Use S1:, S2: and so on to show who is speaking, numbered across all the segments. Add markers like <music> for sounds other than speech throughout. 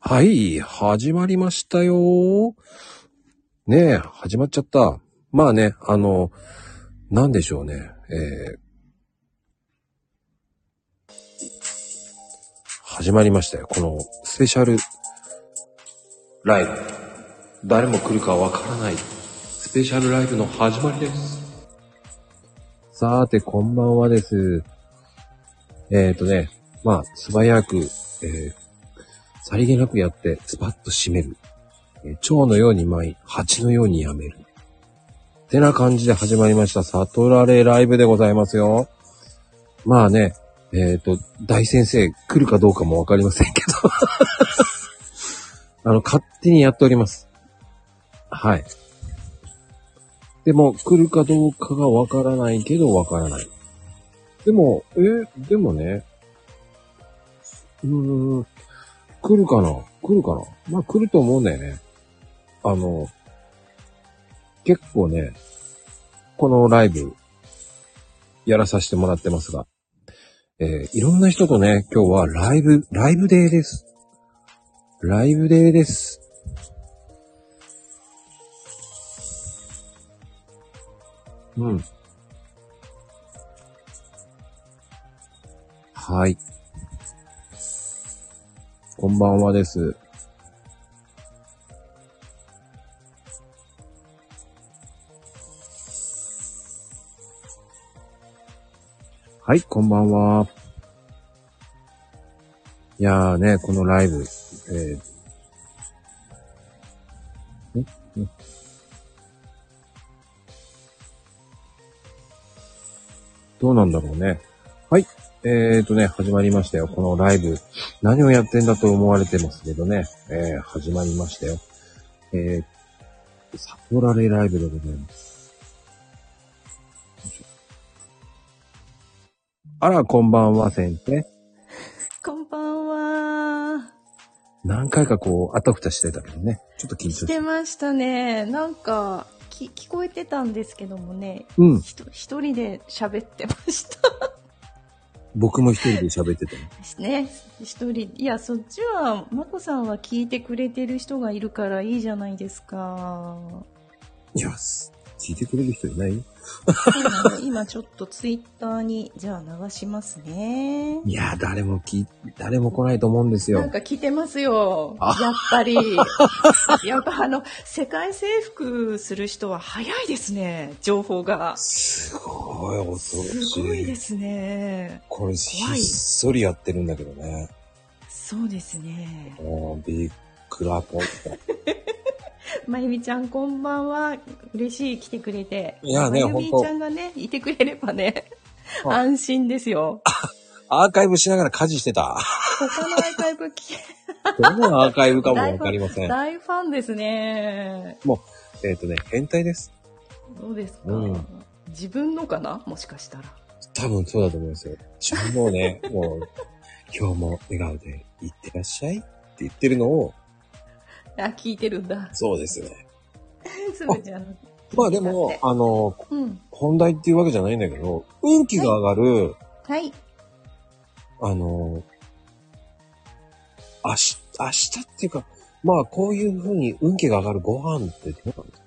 S1: はい、始まりましたよ。ねえ、始まっちゃった。まあね、あの、なんでしょうね。えー、始まりましたよ。このスペシャルライブ。誰も来るかわからないスペシャルライブの始まりです。さーて、こんばんはです。えっ、ー、とね、まあ、素早く、えー、さりげなくやって、スパッと締める。えー、蝶のように舞い、蜂のようにやめる。ってな感じで始まりました、悟られライブでございますよ。まあね、えっ、ー、と、大先生来るかどうかもわかりませんけど <laughs> あの、勝手にやっております。はい。でも、来るかどうかがわからないけど、わからない。でも、えー、でもね、うーん、来るかな来るかなまあ、来ると思うんだよね。あの、結構ね、このライブ、やらさせてもらってますが、えー、いろんな人とね、今日はライブ、ライブデーです。ライブデーです。うん。はい。こんばんはです。はい、こんばんは。いやーね、このライブ、えー、ええどうなんだろうね。はい。えーとね、始まりましたよ。このライブ。何をやってんだと思われてますけどね。えー、始まりましたよ。えー、悟られライブでございます。あら、こんばんは、先生。
S2: こんばんは。。
S1: 何回かこう、あたふたしてたけどね。ちょっと緊張して
S2: してましたね。なんか、き聞こえてたんですけどもね、
S1: うん、
S2: 一人で喋ってました
S1: <laughs> 僕も一人で喋ってた
S2: ですね一人いやそっちは眞子さんは聞いてくれてる人がいるからいいじゃないですか
S1: いや聞いてくれる人いない <laughs>
S2: 今ちょっとツイッターにじゃあ流しますね
S1: いや誰もき誰も来ないと思うんですよ
S2: なんか来てますよやっぱ
S1: <laughs>
S2: りやっぱあの世界征服する人は早いですね情報が
S1: すごい恐ろし
S2: いすごいですね
S1: これひっそりやってるんだけどね
S2: そうですね
S1: びっくらぽん
S2: まゆみちゃん、こんばんは。嬉しい、来てくれて。
S1: いやね、
S2: まゆみちゃんがね、いてくれればね、安心ですよ。
S1: アーカイブしながら家事して
S2: <laughs>
S1: た。
S2: 他のアーカイブ聞け。 <laughs>
S1: どのアーカイブかもわかりません。
S2: 大ファンですね。
S1: もう、えっ、ー、とね、変態です。
S2: どうですか、うん、自分のかなもしかしたら。
S1: 多分そうだと思いますよ。自分のね、もう、今日も笑顔で、いってらっしゃいって言ってるのを、
S2: あ、聞いてるんだ。
S1: そうですね。
S2: つぶちゃん。
S1: まあでも、あの、うん、本題っていうわけじゃないんだけど、運気が上がる、
S2: はい。はい、
S1: あの、明日、明日っていうか、まあこういうふうに運気が上がるご飯ってどうなんです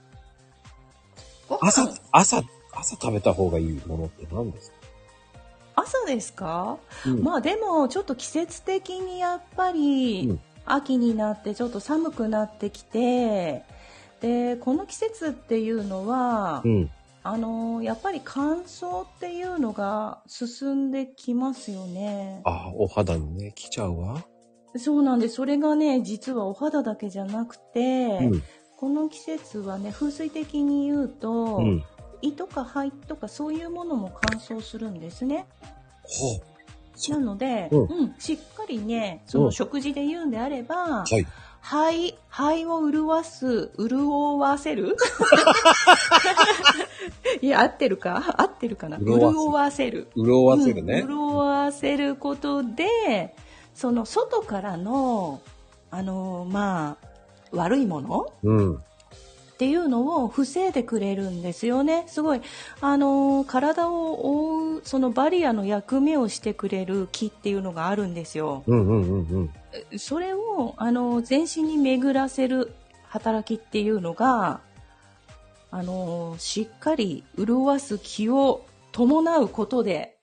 S1: か朝、朝、朝食べた方がいいものって何ですか
S2: 朝ですか、うん、まあでも、ちょっと季節的にやっぱり、うん秋になってちょっと寒くなってきてでこの季節っていうのは、
S1: うん、
S2: あのやっぱり乾燥っていうのが進んできますよね
S1: あお肌にね来ちゃうわ
S2: そうなんでそれがね実はお肌だけじゃなくて、うん、この季節はね風水的に言うと、うん、胃とか肺とかそういうものも乾燥するんですね
S1: ほう
S2: なので、うん、うん、しっかりね、その食事で言うんであれ
S1: は
S2: ば、
S1: い。
S2: 肺、肺を潤す、潤わせる <laughs> いや、合ってるか合ってるかな潤わせる。
S1: 潤わせるね、
S2: うん、潤わせることで、その外からの、あの、まあ、悪いもの、
S1: うん
S2: っていうのを防いでくれるんですよね。すごい、あのー、体を覆う、そのバリアの役目をしてくれる木っていうのがあるんですよ。
S1: うんうんうんうん、
S2: それをのあの全身に巡らせる働きっていうのがあのしっかり潤す気を伴うことで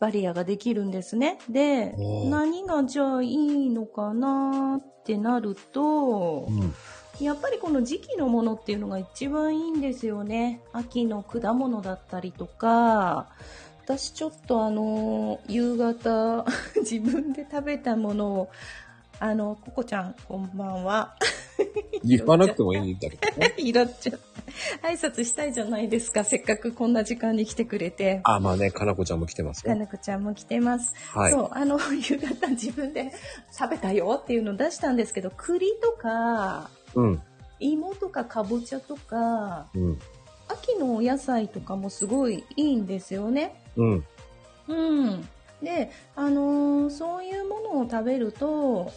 S2: バリアができるんですね。で
S1: おー
S2: 何がじゃあいいのかなってなると、
S1: うん。
S2: やっぱりこの時期のものっていうのが一番いいんですよね。秋の果物だったりとか、私ちょっとあの、夕方、 <laughs> 自分で食べたものを、あの、ココちゃん、こんばんは。 <laughs>
S1: 言わなくてもいいんだけ <laughs> どね。
S2: いらっちゃう。挨拶したいじゃないですか。せっかくこんな時間に来てくれて。
S1: あ、まあね、かなこちゃんも来てます
S2: か
S1: ね。
S2: なこちゃんも来てます。
S1: はい。
S2: そう、あの、 <laughs> 夕方自分で食べたよっていうのを出したんですけど、栗とか、
S1: うん。
S2: 芋とかかぼちゃとか、
S1: うん。
S2: 秋のお野菜とかもすごいいいんですよね。
S1: うん。
S2: うん。で、あのーそういうものを食べると、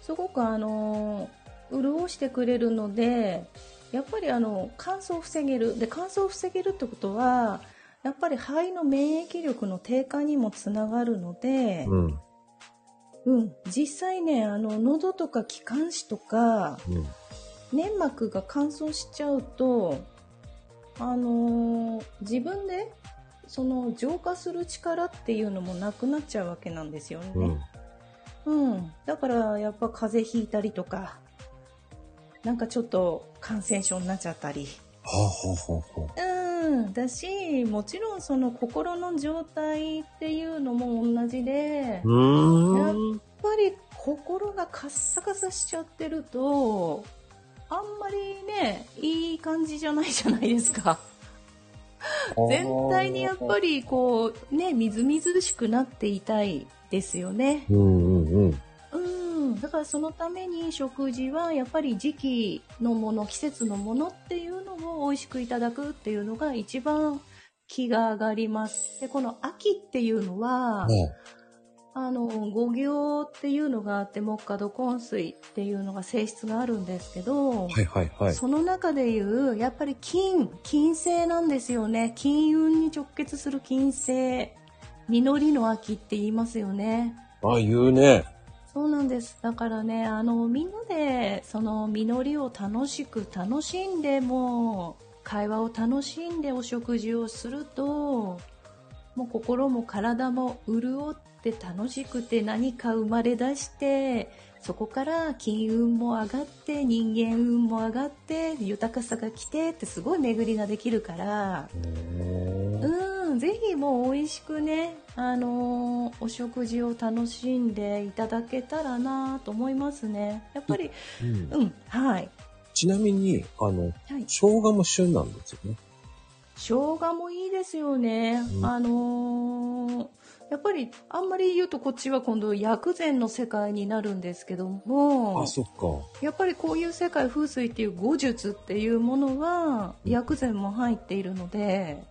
S2: すごくあのー潤してくれるので、やっぱりあの、乾燥を防げる。で、乾燥を防げるってことは、やっぱり肺の免疫力の低下にもつながるので、
S1: うん。
S2: うん、実際ね、あの、喉とか気管支とか、
S1: うん。
S2: 粘膜が乾燥しちゃうと、あのー自分でその浄化する力っていうのもなくなっちゃうわけなんですよ
S1: う
S2: ね。
S1: ん。
S2: うん、だからやっぱ風邪ひいたりとか、なんかちょっと感染症になっちゃったり。
S1: はあ、はあはあはあ、
S2: うん、だし、もちろんその心の状態っていうのも同じ
S1: う
S2: で、やっ
S1: ーん。
S2: ぱり心がカッサカサしちゃってると、あんまりね、いい感じじゃないじゃないですか。全体にやっぱ
S1: り。
S2: りこうねみずみずしくなっていたいですよね
S1: うんうんうん。
S2: うんだからそのために食事はやっぱり時期のもの季節のものっていうのを美味しくいただくっていうのが一番気が上がりますでこの秋っていうのは、
S1: ね
S2: あの五行っていうのがあって木下土根水っていうのが性質があるんですけど、
S1: はいはいはい。
S2: その中でいうやっぱり金金星なんですよね金運に直結する金星実りの秋って言いますよね
S1: あ、言うね。
S2: そうなんですだからねあのみんなでその実りを楽しく楽しんでもう会話を楽しんでお食事をするともう心も体も潤って楽しくて何か生まれ出してそこから金運も上がって人間運も上がって豊かさが来てってすごい巡りができるから
S1: うーん
S2: うんぜひもう美味しくねあのーお食事を楽しんでいただけたらなと思いますねやっぱり
S1: うん
S2: うんはい
S1: ちなみに、あの、
S2: はい
S1: 生姜も旬なんですよね。
S2: 生姜もいいですよね、
S1: うん
S2: あのーやっぱりあんまり言うとこっちは今度薬膳の世界になるんですけども
S1: あ、そっか。
S2: やっぱりこういう世界風水っていう語術っていうものは
S1: うん
S2: 薬膳も入っているので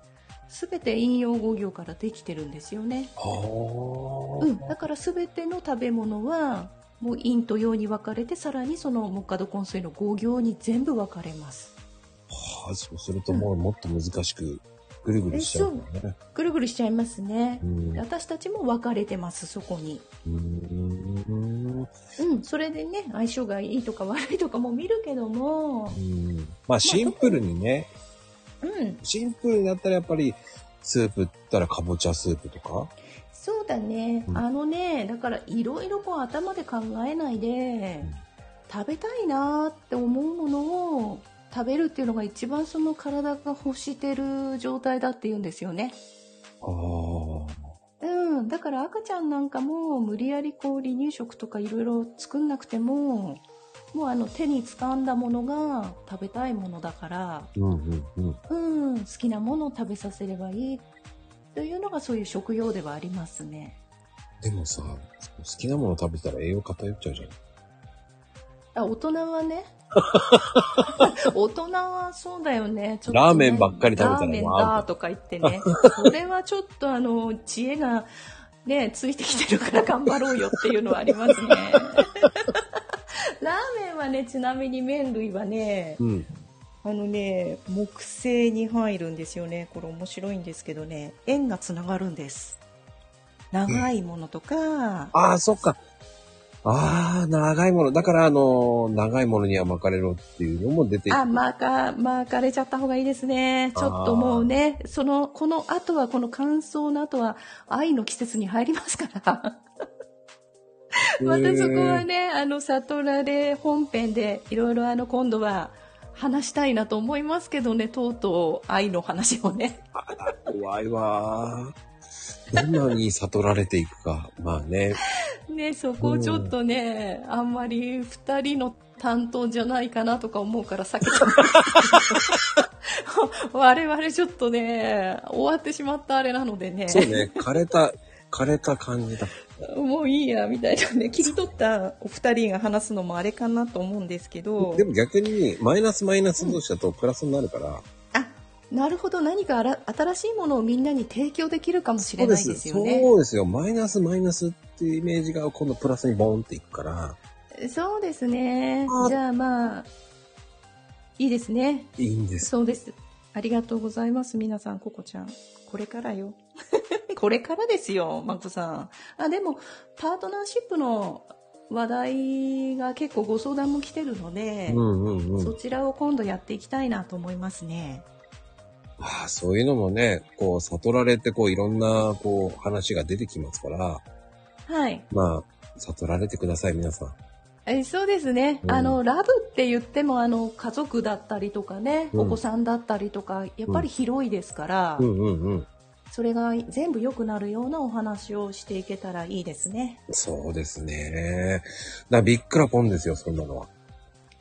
S2: 全て引用語行からできてるんですよね、
S1: はあ。
S2: うん、だから全ての食べ物はもう陰と陽に分かれてさらにその木下土根水の語行に全部分かれます
S1: はあ、そうするともうもっと難しく、ぐるぐるしちゃうからね。
S2: ぐるぐるしちゃいますね
S1: うん。う
S2: 私たちも分かれてますそこに
S1: ーん
S2: うんそれでね相性がいいとか悪いとかも見るけども
S1: うんまあシンプルにね、
S2: うん
S1: シンプルになったらやっぱり、スープって言ったらかぼちゃスープとか。
S2: そうだね、
S1: うん
S2: あのねだからいろいろこう頭で考えないで、
S1: うん
S2: 食べたいなーって思うものを食べるっていうのが一番その体が欲してる状態だっていうんですよね
S1: ああ。
S2: うん、だから赤ちゃんなんかも無理やりこう離乳食とかいろいろ作んなくてももうあの手に掴んだものが食べたいものだから、
S1: うんうんうん。
S2: うん、好きなものを食べさせればいいというのがそういう食用ではありますね
S1: でもさ、好きなもの食べたら栄養偏っちゃうじゃん。
S2: あ大人
S1: <laughs>
S2: はね大人はそうだよねちょっとね
S1: ラーメンばっかり食べたら
S2: ラーメン
S1: まあ
S2: だとか言ってねそれはちょっとあの知恵がねついてきてるから頑張ろうよっていうのはあ
S1: <laughs>
S2: りますねラーメンはねちなみに麺類はね
S1: うん。
S2: あのね木製に入るんですよねこれ面白いんですけどね縁がつながるんです長いものとか、
S1: ああ、そっか。ああ、長いもの。だから、あの、長いものには巻かれろっていうのも出て
S2: あ、巻か、巻かれちゃった方がいいですね。ちょっともうね、その、この後は、この乾燥の後は、愛の季節に入りますから。またそこは
S1: ね。
S2: ね、あの、里ラで本編で、いろいろあの、今度は、話したいなと思いますけどね、とうとう愛の話を
S1: <laughs>
S2: ね。
S1: 怖いわー。どんなに悟られていくか。まあね。
S2: ね、そこをちょっとね、あんまり二人の担当じゃないかなとか思う <laughs> から避けち
S1: <laughs>
S2: ゃう。我々ちょっとね、終わってしまったあれなのでね、
S1: そうね。枯れた、枯れた感じだ。
S2: もういいや、みたいなね、切り取ったお二人が話すのもあれかなと思うんですけど
S1: で、も逆に、マイナスマイナス同士だとプラスになるから。
S2: あ、なるほど、何かあら新しいものをみんなに提供できるかも
S1: そ
S2: しれ
S1: うで
S2: ない
S1: す
S2: ですよね。
S1: そうですよ。マイナスマイナスっていうイメージが今度プラスにボーンっていくから、
S2: そうですね
S1: あ。
S2: じゃあまあ、いいですね。
S1: いいんです。
S2: そうです。ありがとうございます、皆さん、ココちゃん。これからよ。 <laughs> これからですよ、マコさん。あ、でも、パートナーシップの話題が結構ご相談も来てるので、
S1: うんうんうん
S2: そ。ちらを今度やっていきたいなと思いますね。
S1: まあ、そういうのもね、こう、悟られて、こう、いろんな、こう、話が出てきますから、
S2: はい。
S1: まあ、悟られてください、皆さん。
S2: えそうですね、
S1: うん
S2: あのラブって言ってもあの家族だったりとかね、
S1: うん
S2: お子さんだったりとかやっぱり広いですから、
S1: うんうんうん。
S2: それが全部良くなるようなお話をしていけたらいいですね。
S1: そうですね。だからびっくらポンですよ、そんなのは。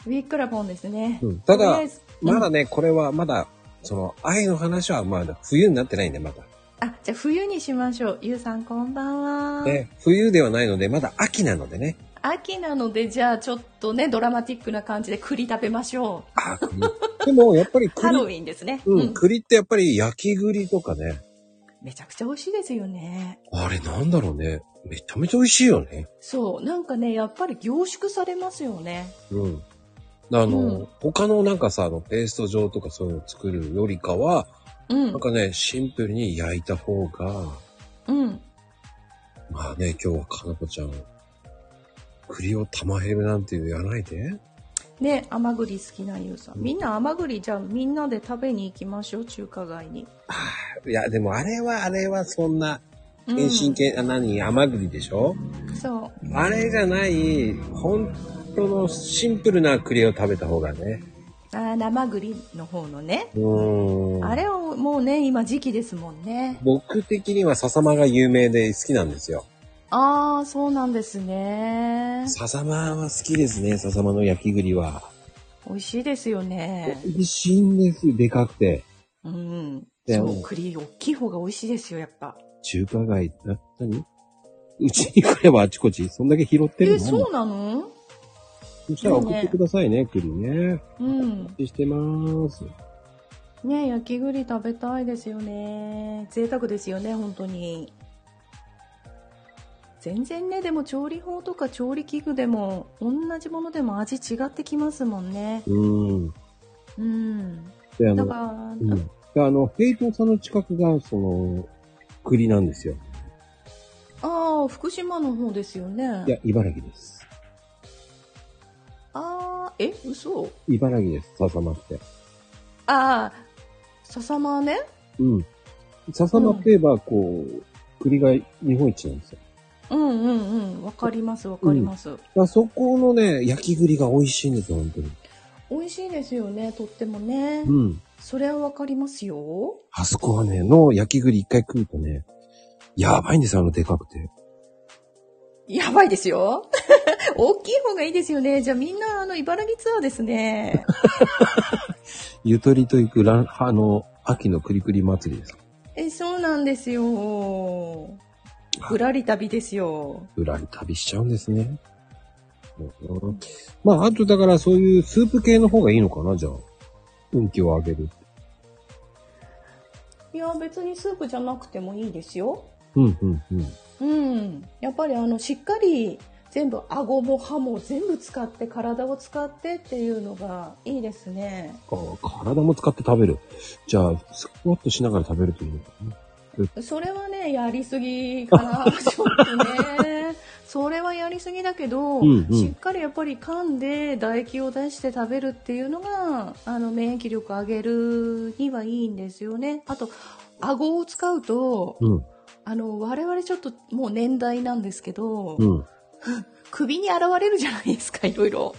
S2: ウィックラボンですね。
S1: うんただ
S2: とりあえず
S1: まだね、これは、まだ、その、愛の話は、まだ、冬になってないんで、まだ。
S2: あ、じゃあ冬にしましょう。ゆうさんこんばんは。
S1: ね、冬ではないので、まだ秋なのでね。
S2: 秋なので、じゃあちょっとね、ドラマティックな感じで栗食べましょ <laughs>
S1: あ栗でも、やっぱり
S2: う。ハロウ
S1: 栗、
S2: ィンですね。
S1: う
S2: うん
S1: ん、栗ってやっぱり焼き栗とかね。
S2: めちゃくちゃ美味しいですよね。
S1: あれ、なんだろうね。めちゃめちゃ美味しいよね。
S2: そう、なんかね、やっぱり凝縮されますよね。
S1: うん。あの、
S2: うん
S1: 他のなんかさ、あの、ペースト状とかそういうのを作るよりかは、
S2: う
S1: なん
S2: ん。
S1: かね、シンプルに焼いた方が、
S2: うん。
S1: まあね、今日はかなこちゃん、栗を玉減るなんて言わないで。
S2: ね、甘栗好きなゆうさん。みんな甘栗、じゃあみんなで食べに行きましょう、中華街に。
S1: いや、でもあれはあれはそんな、
S2: うん
S1: 遠心系、あ、何、甘栗でしょ
S2: そう。
S1: あれじゃない、本当のシンプルな栗を食べた方がね。
S2: あー生栗の方のね。
S1: うーん。
S2: あれをもうね、今時期ですもんね。
S1: 僕的には笹間が有名で好きなんですよ。
S2: ああ、そうなんですね。
S1: 笹間は好きですね、笹間の焼き栗は。
S2: 美味しいですよね。
S1: 美味しいんです、でかくて。
S2: うん。
S1: で
S2: そ
S1: も
S2: う、栗、大きい方が美味しいですよ、やっぱ。
S1: 中華街、な、なにうちに来ればあちこち、そんだけ拾ってる
S2: え、
S1: の
S2: そうなの
S1: そしたら送ってくださいね、栗ね。
S2: うん。
S1: してます。
S2: ね焼き栗食べたいですよね。贅沢ですよね、本当に。全然ね、でも調理法とか調理器具でも、同じものでも味違ってきますもんね。
S1: うん。
S2: うん。
S1: で、あ
S2: だ
S1: の、
S2: から、
S1: うん。で、あの、平等さんの近くが、その、栗なんですよ。
S2: ああ、福島の方ですよね
S1: い。や、茨城です。
S2: ああ、え、嘘
S1: 茨城です、笹間って。
S2: ああ、笹間ね。
S1: うん。笹間って言えば、こう、栗が日本一なんですよ。
S2: うんうんうん。わかります、わかります。
S1: だからそこのね、焼き栗が美味しいんですよ、本当に。
S2: 美味しいですよね、とってもね。
S1: うん。
S2: それはわかりますよ。
S1: あそこはね、の焼き栗一回食うとね、やばいんですよ、あのでかくて。
S2: やばいですよ。 <laughs> 大きい方がいいですよね。じゃあみんな、あの、茨城ツアーですね。
S1: ゆとりと行くラン、あの、秋の栗栗祭りです。
S2: え、そうなんですよ。ぶらり旅ですよ。
S1: ぶらり旅しちゃうんですね。うんまあ、あとだからそういうスープ系の方がいいのかな、じゃあ。運気を上げる。
S2: いや、別にスープじゃなくてもいいですよ。
S1: うん、うん、うん。
S2: うん。やっぱりあの、しっかり全部顎も歯も全部使って体を使ってっていうのがいいですね。
S1: あ体も使って食べる。じゃあ、スクワットしながら食べるといいのかな。 <laughs>
S2: それはね、やりすぎかな。ちょっとね。それはやりすぎだけど、
S1: うんうん
S2: しっかりやっぱり噛んで唾液を出して食べるっていうのがあの免疫力上げるにはいいんですよね。あと顎を使うと、
S1: うん、
S2: あの我々ちょっともう年代なんですけど、
S1: うん。
S2: 首に現れるじゃないですかいろいろ。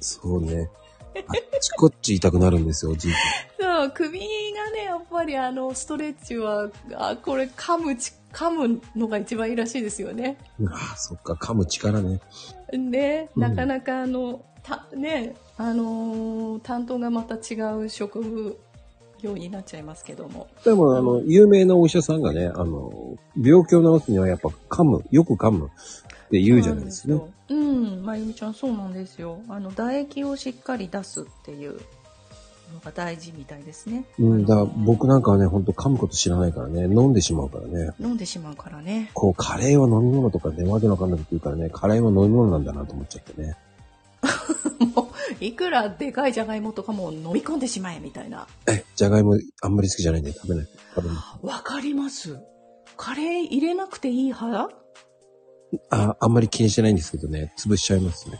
S1: そうね。あっちこっち痛くなるんですよ、じいち
S2: そう首がねやっぱりあのストレッチはあこれ噛むち噛むのが一番いいらしいですよね。
S1: ゃん。ああ、そっか、噛む力ね。
S2: ね、
S1: うん
S2: なかなかあの、たね、あのー担当がまた違う職業になっちゃいますけども。
S1: でも、あの、有名なお医者さんがね、あの、病気を治すにはやっぱ噛む、よく噛むって言うじゃないですか、
S2: そうなんですよ。うん、まゆみちゃんそうなんですよ。あの唾液をしっかり出すっていうのが大事みたいですね。
S1: うん、だ
S2: あ
S1: から
S2: の
S1: 僕なんかはね、ほんと噛むこと知らないからね、飲んでしまうからね。
S2: 飲んでしまうからね。 <laughs>
S1: こう、カレーは飲み物とかね、わけのわかんないって言うからね、カレーは飲み物なんだなと思っちゃってね。
S2: もういくらでかいじゃがいもとかも飲み込んでしまえみたいな。
S1: え、じゃがいもあんまり好きじゃないんで食べない。食べない。
S2: わかります。カレー入れなくていい派
S1: あ、あんまり気にしてないんですけどね、潰しちゃいますね。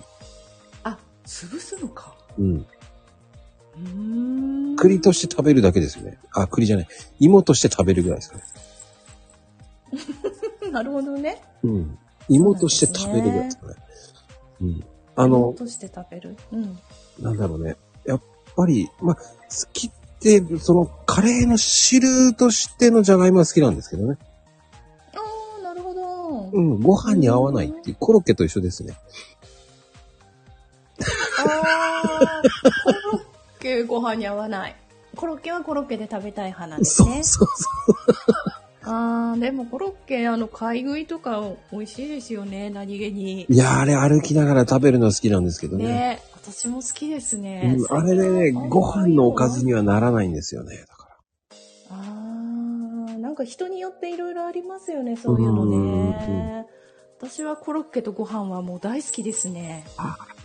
S2: あ、潰すのか。
S1: うん。
S2: うーん。
S1: 栗として食べるだけですよね。あ、栗じゃない。芋として食べるぐらいですかね。
S2: <laughs> なるほどね。
S1: うん。芋として食べるぐらいですかね。うん。あの
S2: 落、として食べる。うん。
S1: なんだろうね。やっぱり、まあ、好きって、その、カレーの汁としてのじゃがいもは好きなんですけどね。
S2: ああ、なるほど。
S1: うん、ご飯に合わないっていう、コロッケと一緒ですね。
S2: ああ、コロッケご飯に合わない。コロッケはコロッケで食べたい派なんです
S1: そうそ
S2: ね
S1: う。そう。
S2: ああ、でもコロッケ、あの、買い食いとか美味しいですよね、何気に。
S1: いやー、あれ歩きながら食べるの好きなんですけどね。
S2: ね私も好きですね。
S1: うん、あれでね、ご飯のおかずにはならないんですよね。だから。
S2: ああ、なんか人によっていろいろありますよね、そういうのね。私はコロッケとご飯はもう大好きですね。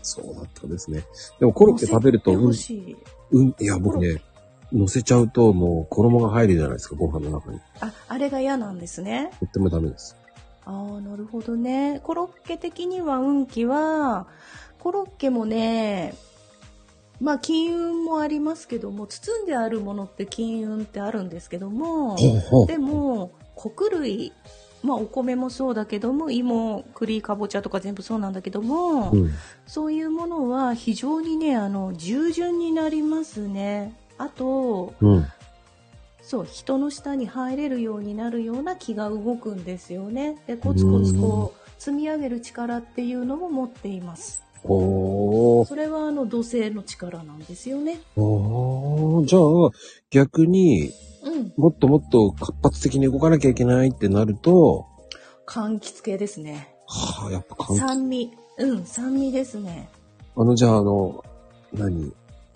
S1: そうだったんですね。でもコロッケ食べると、
S2: 乗せて
S1: う
S2: ほ
S1: ん、
S2: しい。
S1: うん、いや、僕ね、乗せちゃうともう衣が入るじゃないですか、ご飯の中に。
S2: あ、あれが嫌なんですね。
S1: とってもダメです。
S2: ああ、なるほどね。コロッケ的には運気は、コロッケもね、まあ金運もありますけども、包んであるものって金運ってあるんですけども、
S1: ほうほう。
S2: でも、穀類、まあお米もそうだけども、芋、栗、かぼちゃとか全部そうなんだけども、
S1: うん。
S2: そういうものは非常にね、あの、従順になりますね。あと、
S1: うん。
S2: そう人の下に入れるようになるような気が動くんですよねでコツコツこう積み上げる力っていうのも持っています
S1: ほー。
S2: それはあの土星の力なんですよね
S1: ほー。じゃあ、逆に、
S2: うん
S1: もっともっと活発的に動かなきゃいけないってなると、
S2: 柑橘系ですね
S1: はあ、やっぱ関
S2: 酸味うん酸味ですね
S1: あの、じゃあ、あの、何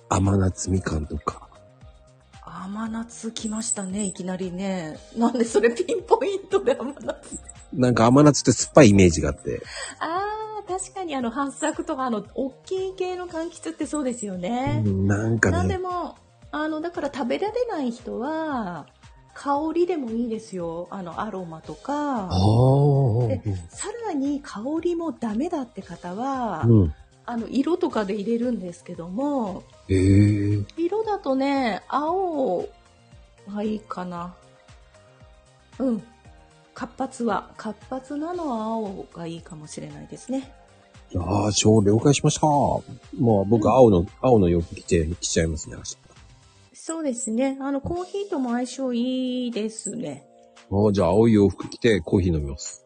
S1: 甘夏みかんとか。
S2: 甘夏来ましたねいきなりねなんでそれピンポイントで甘夏
S1: なんか甘夏って酸っぱいイメージがあって。
S2: あー確かにあの八作とかあの大きい系の柑橘ってそうですよね、
S1: うんなんか
S2: なんで
S1: ね。
S2: もあのだから食べられない人は香りでもいいですよあのアロマと
S1: あ
S2: か
S1: あ。
S2: でさらに香りもダメだって方は、
S1: うん。
S2: あの色とかで入れるんですけども
S1: ええ
S2: 色だとね青がいいかなうん活発は活発なのは青がいいかもしれないですね
S1: ああ、超了解しました。もう僕、青の、青の洋服着て、着ちゃいますね、明日。
S2: そうですねあのコーヒーとも相性いいですね
S1: ああ、じゃあ、青い洋服着て、コーヒー飲みます。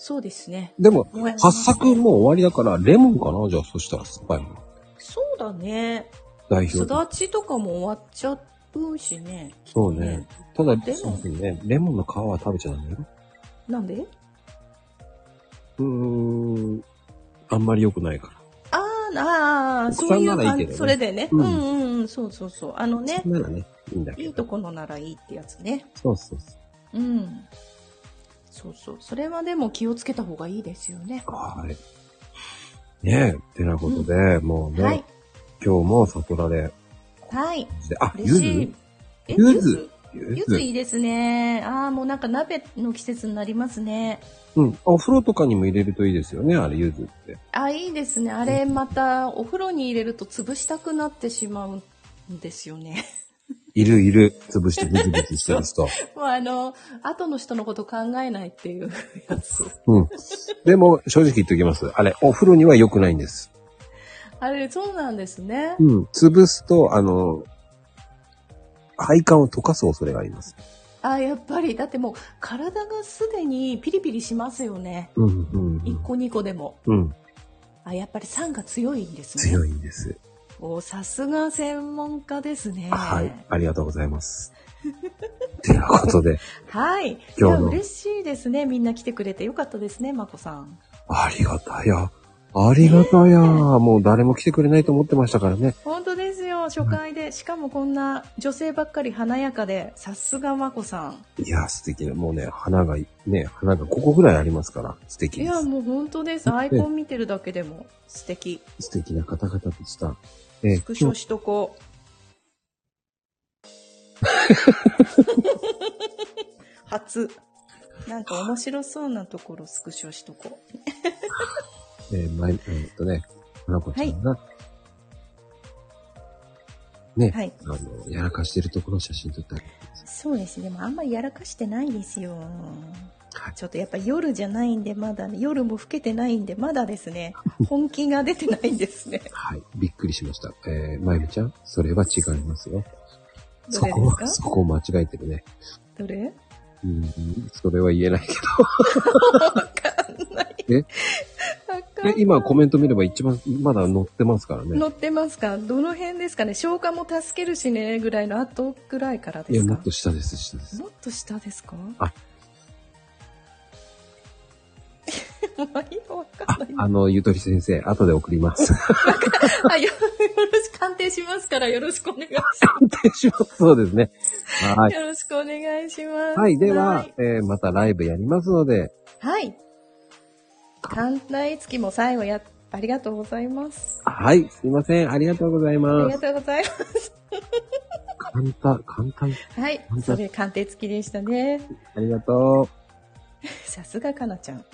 S2: そうですね
S1: でも、
S2: 燃やしま
S1: 八
S2: す
S1: 作もう終わりだから、レモンかなじゃあ、そしたら酸っぱいもの。
S2: そうだね。
S1: 代
S2: 育
S1: 表。
S2: ちとかも終わっちゃうしね。
S1: そうね。ただ、
S2: でも
S1: そうですね。レモンの皮は食べちゃダメよ。
S2: なんで
S1: うーん。あんまり良くないから。
S2: あーあー、
S1: 奥
S2: そ
S1: さ
S2: うんい
S1: な
S2: う
S1: らいい
S2: 感
S1: けどね
S2: じ、それでね。
S1: う
S2: うんん、うん、うん、そうそうそう。あのね、
S1: ならね、いいんだけど。
S2: いいとこのならいいってやつね。
S1: そうそうそう。
S2: うん。そうそう。それはでも気をつけた方がいいですよね。
S1: はい。ねえ、てなことで、もうね、
S2: はい。
S1: 今日も悟られ、
S2: はい。
S1: あ、ゆ
S2: 嬉し
S1: ず
S2: い。え
S1: ゆず
S2: ゆず
S1: ゆ
S2: ゆずいいですね。ああ、もうなんか鍋の季節になりますね。
S1: うん。お風呂とかにも入れるといいですよね、あれ、ゆずって。
S2: あ、いいですね。あれまたお風呂に入れると潰したくなってしまうんですよね。
S1: いるいる。潰してブツブツしてる
S2: <laughs>
S1: 人。
S2: もうあの、後の人のこと考えないっていう
S1: <laughs>
S2: やつ。
S1: うん。でも、正直言っておきます。あれ、お風呂には良くないんです。
S2: あれ、そうなんですね。
S1: うん。潰すと、あの、配管を溶かす恐れがあります。
S2: あ、やっぱり、だってもう体がすでにピリピリしますよね。
S1: うん、うん
S2: 1個2個でも。
S1: うん。うん。
S2: あ、やっぱり酸が強いんですね。
S1: 強いんです。
S2: お、さすが専門家ですね。
S1: はい。ありがとうございます。 <laughs> てなことで、
S2: はい。いや、
S1: 今日の
S2: 嬉しいですね。みんな来てくれてよかったですね、まこさん。
S1: ありがたや。ありがたや。もう誰も来てくれないと思ってましたからね。
S2: 本当ですよ、初回で。しかもこんな女性ばっかり華やかで、さすがまこさん。
S1: いや、素敵な。もうね、花が、ね、花が5個ぐらいありますから、素敵
S2: い
S1: で
S2: や、
S1: す。
S2: もう本当です。アイコン見てるだけでも素敵。
S1: 素敵な方々でした。え
S2: スクショしとこ <laughs> う。初。なんか面白そうなところスクショしとこう。
S1: えー、前、えーっとね、花子ちゃんが、ね、
S2: はい。
S1: あの、やらかしてるところの写真撮ってあげてください
S2: そうですね。でもあんまりやらかしてないですよ。
S1: はい
S2: ちょっとやっぱ夜じゃないんでまだ、ね、夜も更けてないんでまだですね。 <laughs> 本気が出てないんですね。
S1: はい。びっくりしました。えー、まゆみちゃん、それは違いますよ。そ
S2: どれ
S1: こ
S2: です
S1: は、
S2: か
S1: そこを間違えてるね。
S2: ど <laughs> れ
S1: うん、それは言えないけ
S2: わかん
S1: ど。
S2: な
S1: え
S2: い、
S1: 今コメント見れば一番、まだ載ってますからね。
S2: 乗ってますかどの辺ですかね消化も助けるしねぐらいの後ぐらいから
S1: い
S2: で
S1: や、
S2: すか
S1: もっと下です、下です。
S2: もっと下ですか
S1: あ
S2: <laughs> もういいよわかんない。
S1: あの、ゆとり先生、後で送ります。 <laughs>
S2: あ、よよ <laughs> ろしく、鑑定しますからよろしくお願いしま
S1: 鑑定します。そうですね。は
S2: す。
S1: い。
S2: よろしくお願いします。
S1: はい。では、
S2: い
S1: えー、またライブやりますので、
S2: はい。艦隊付きも最後や、ありがとうございます。
S1: はい。すいません。ありがとうござい
S2: あ
S1: ま
S2: りが
S1: す。
S2: とうございま
S1: 簡単、簡単。
S2: す。はい。それ、艦艇付きでしたね。
S1: ありがと
S2: さすがかなちゃん。
S1: う。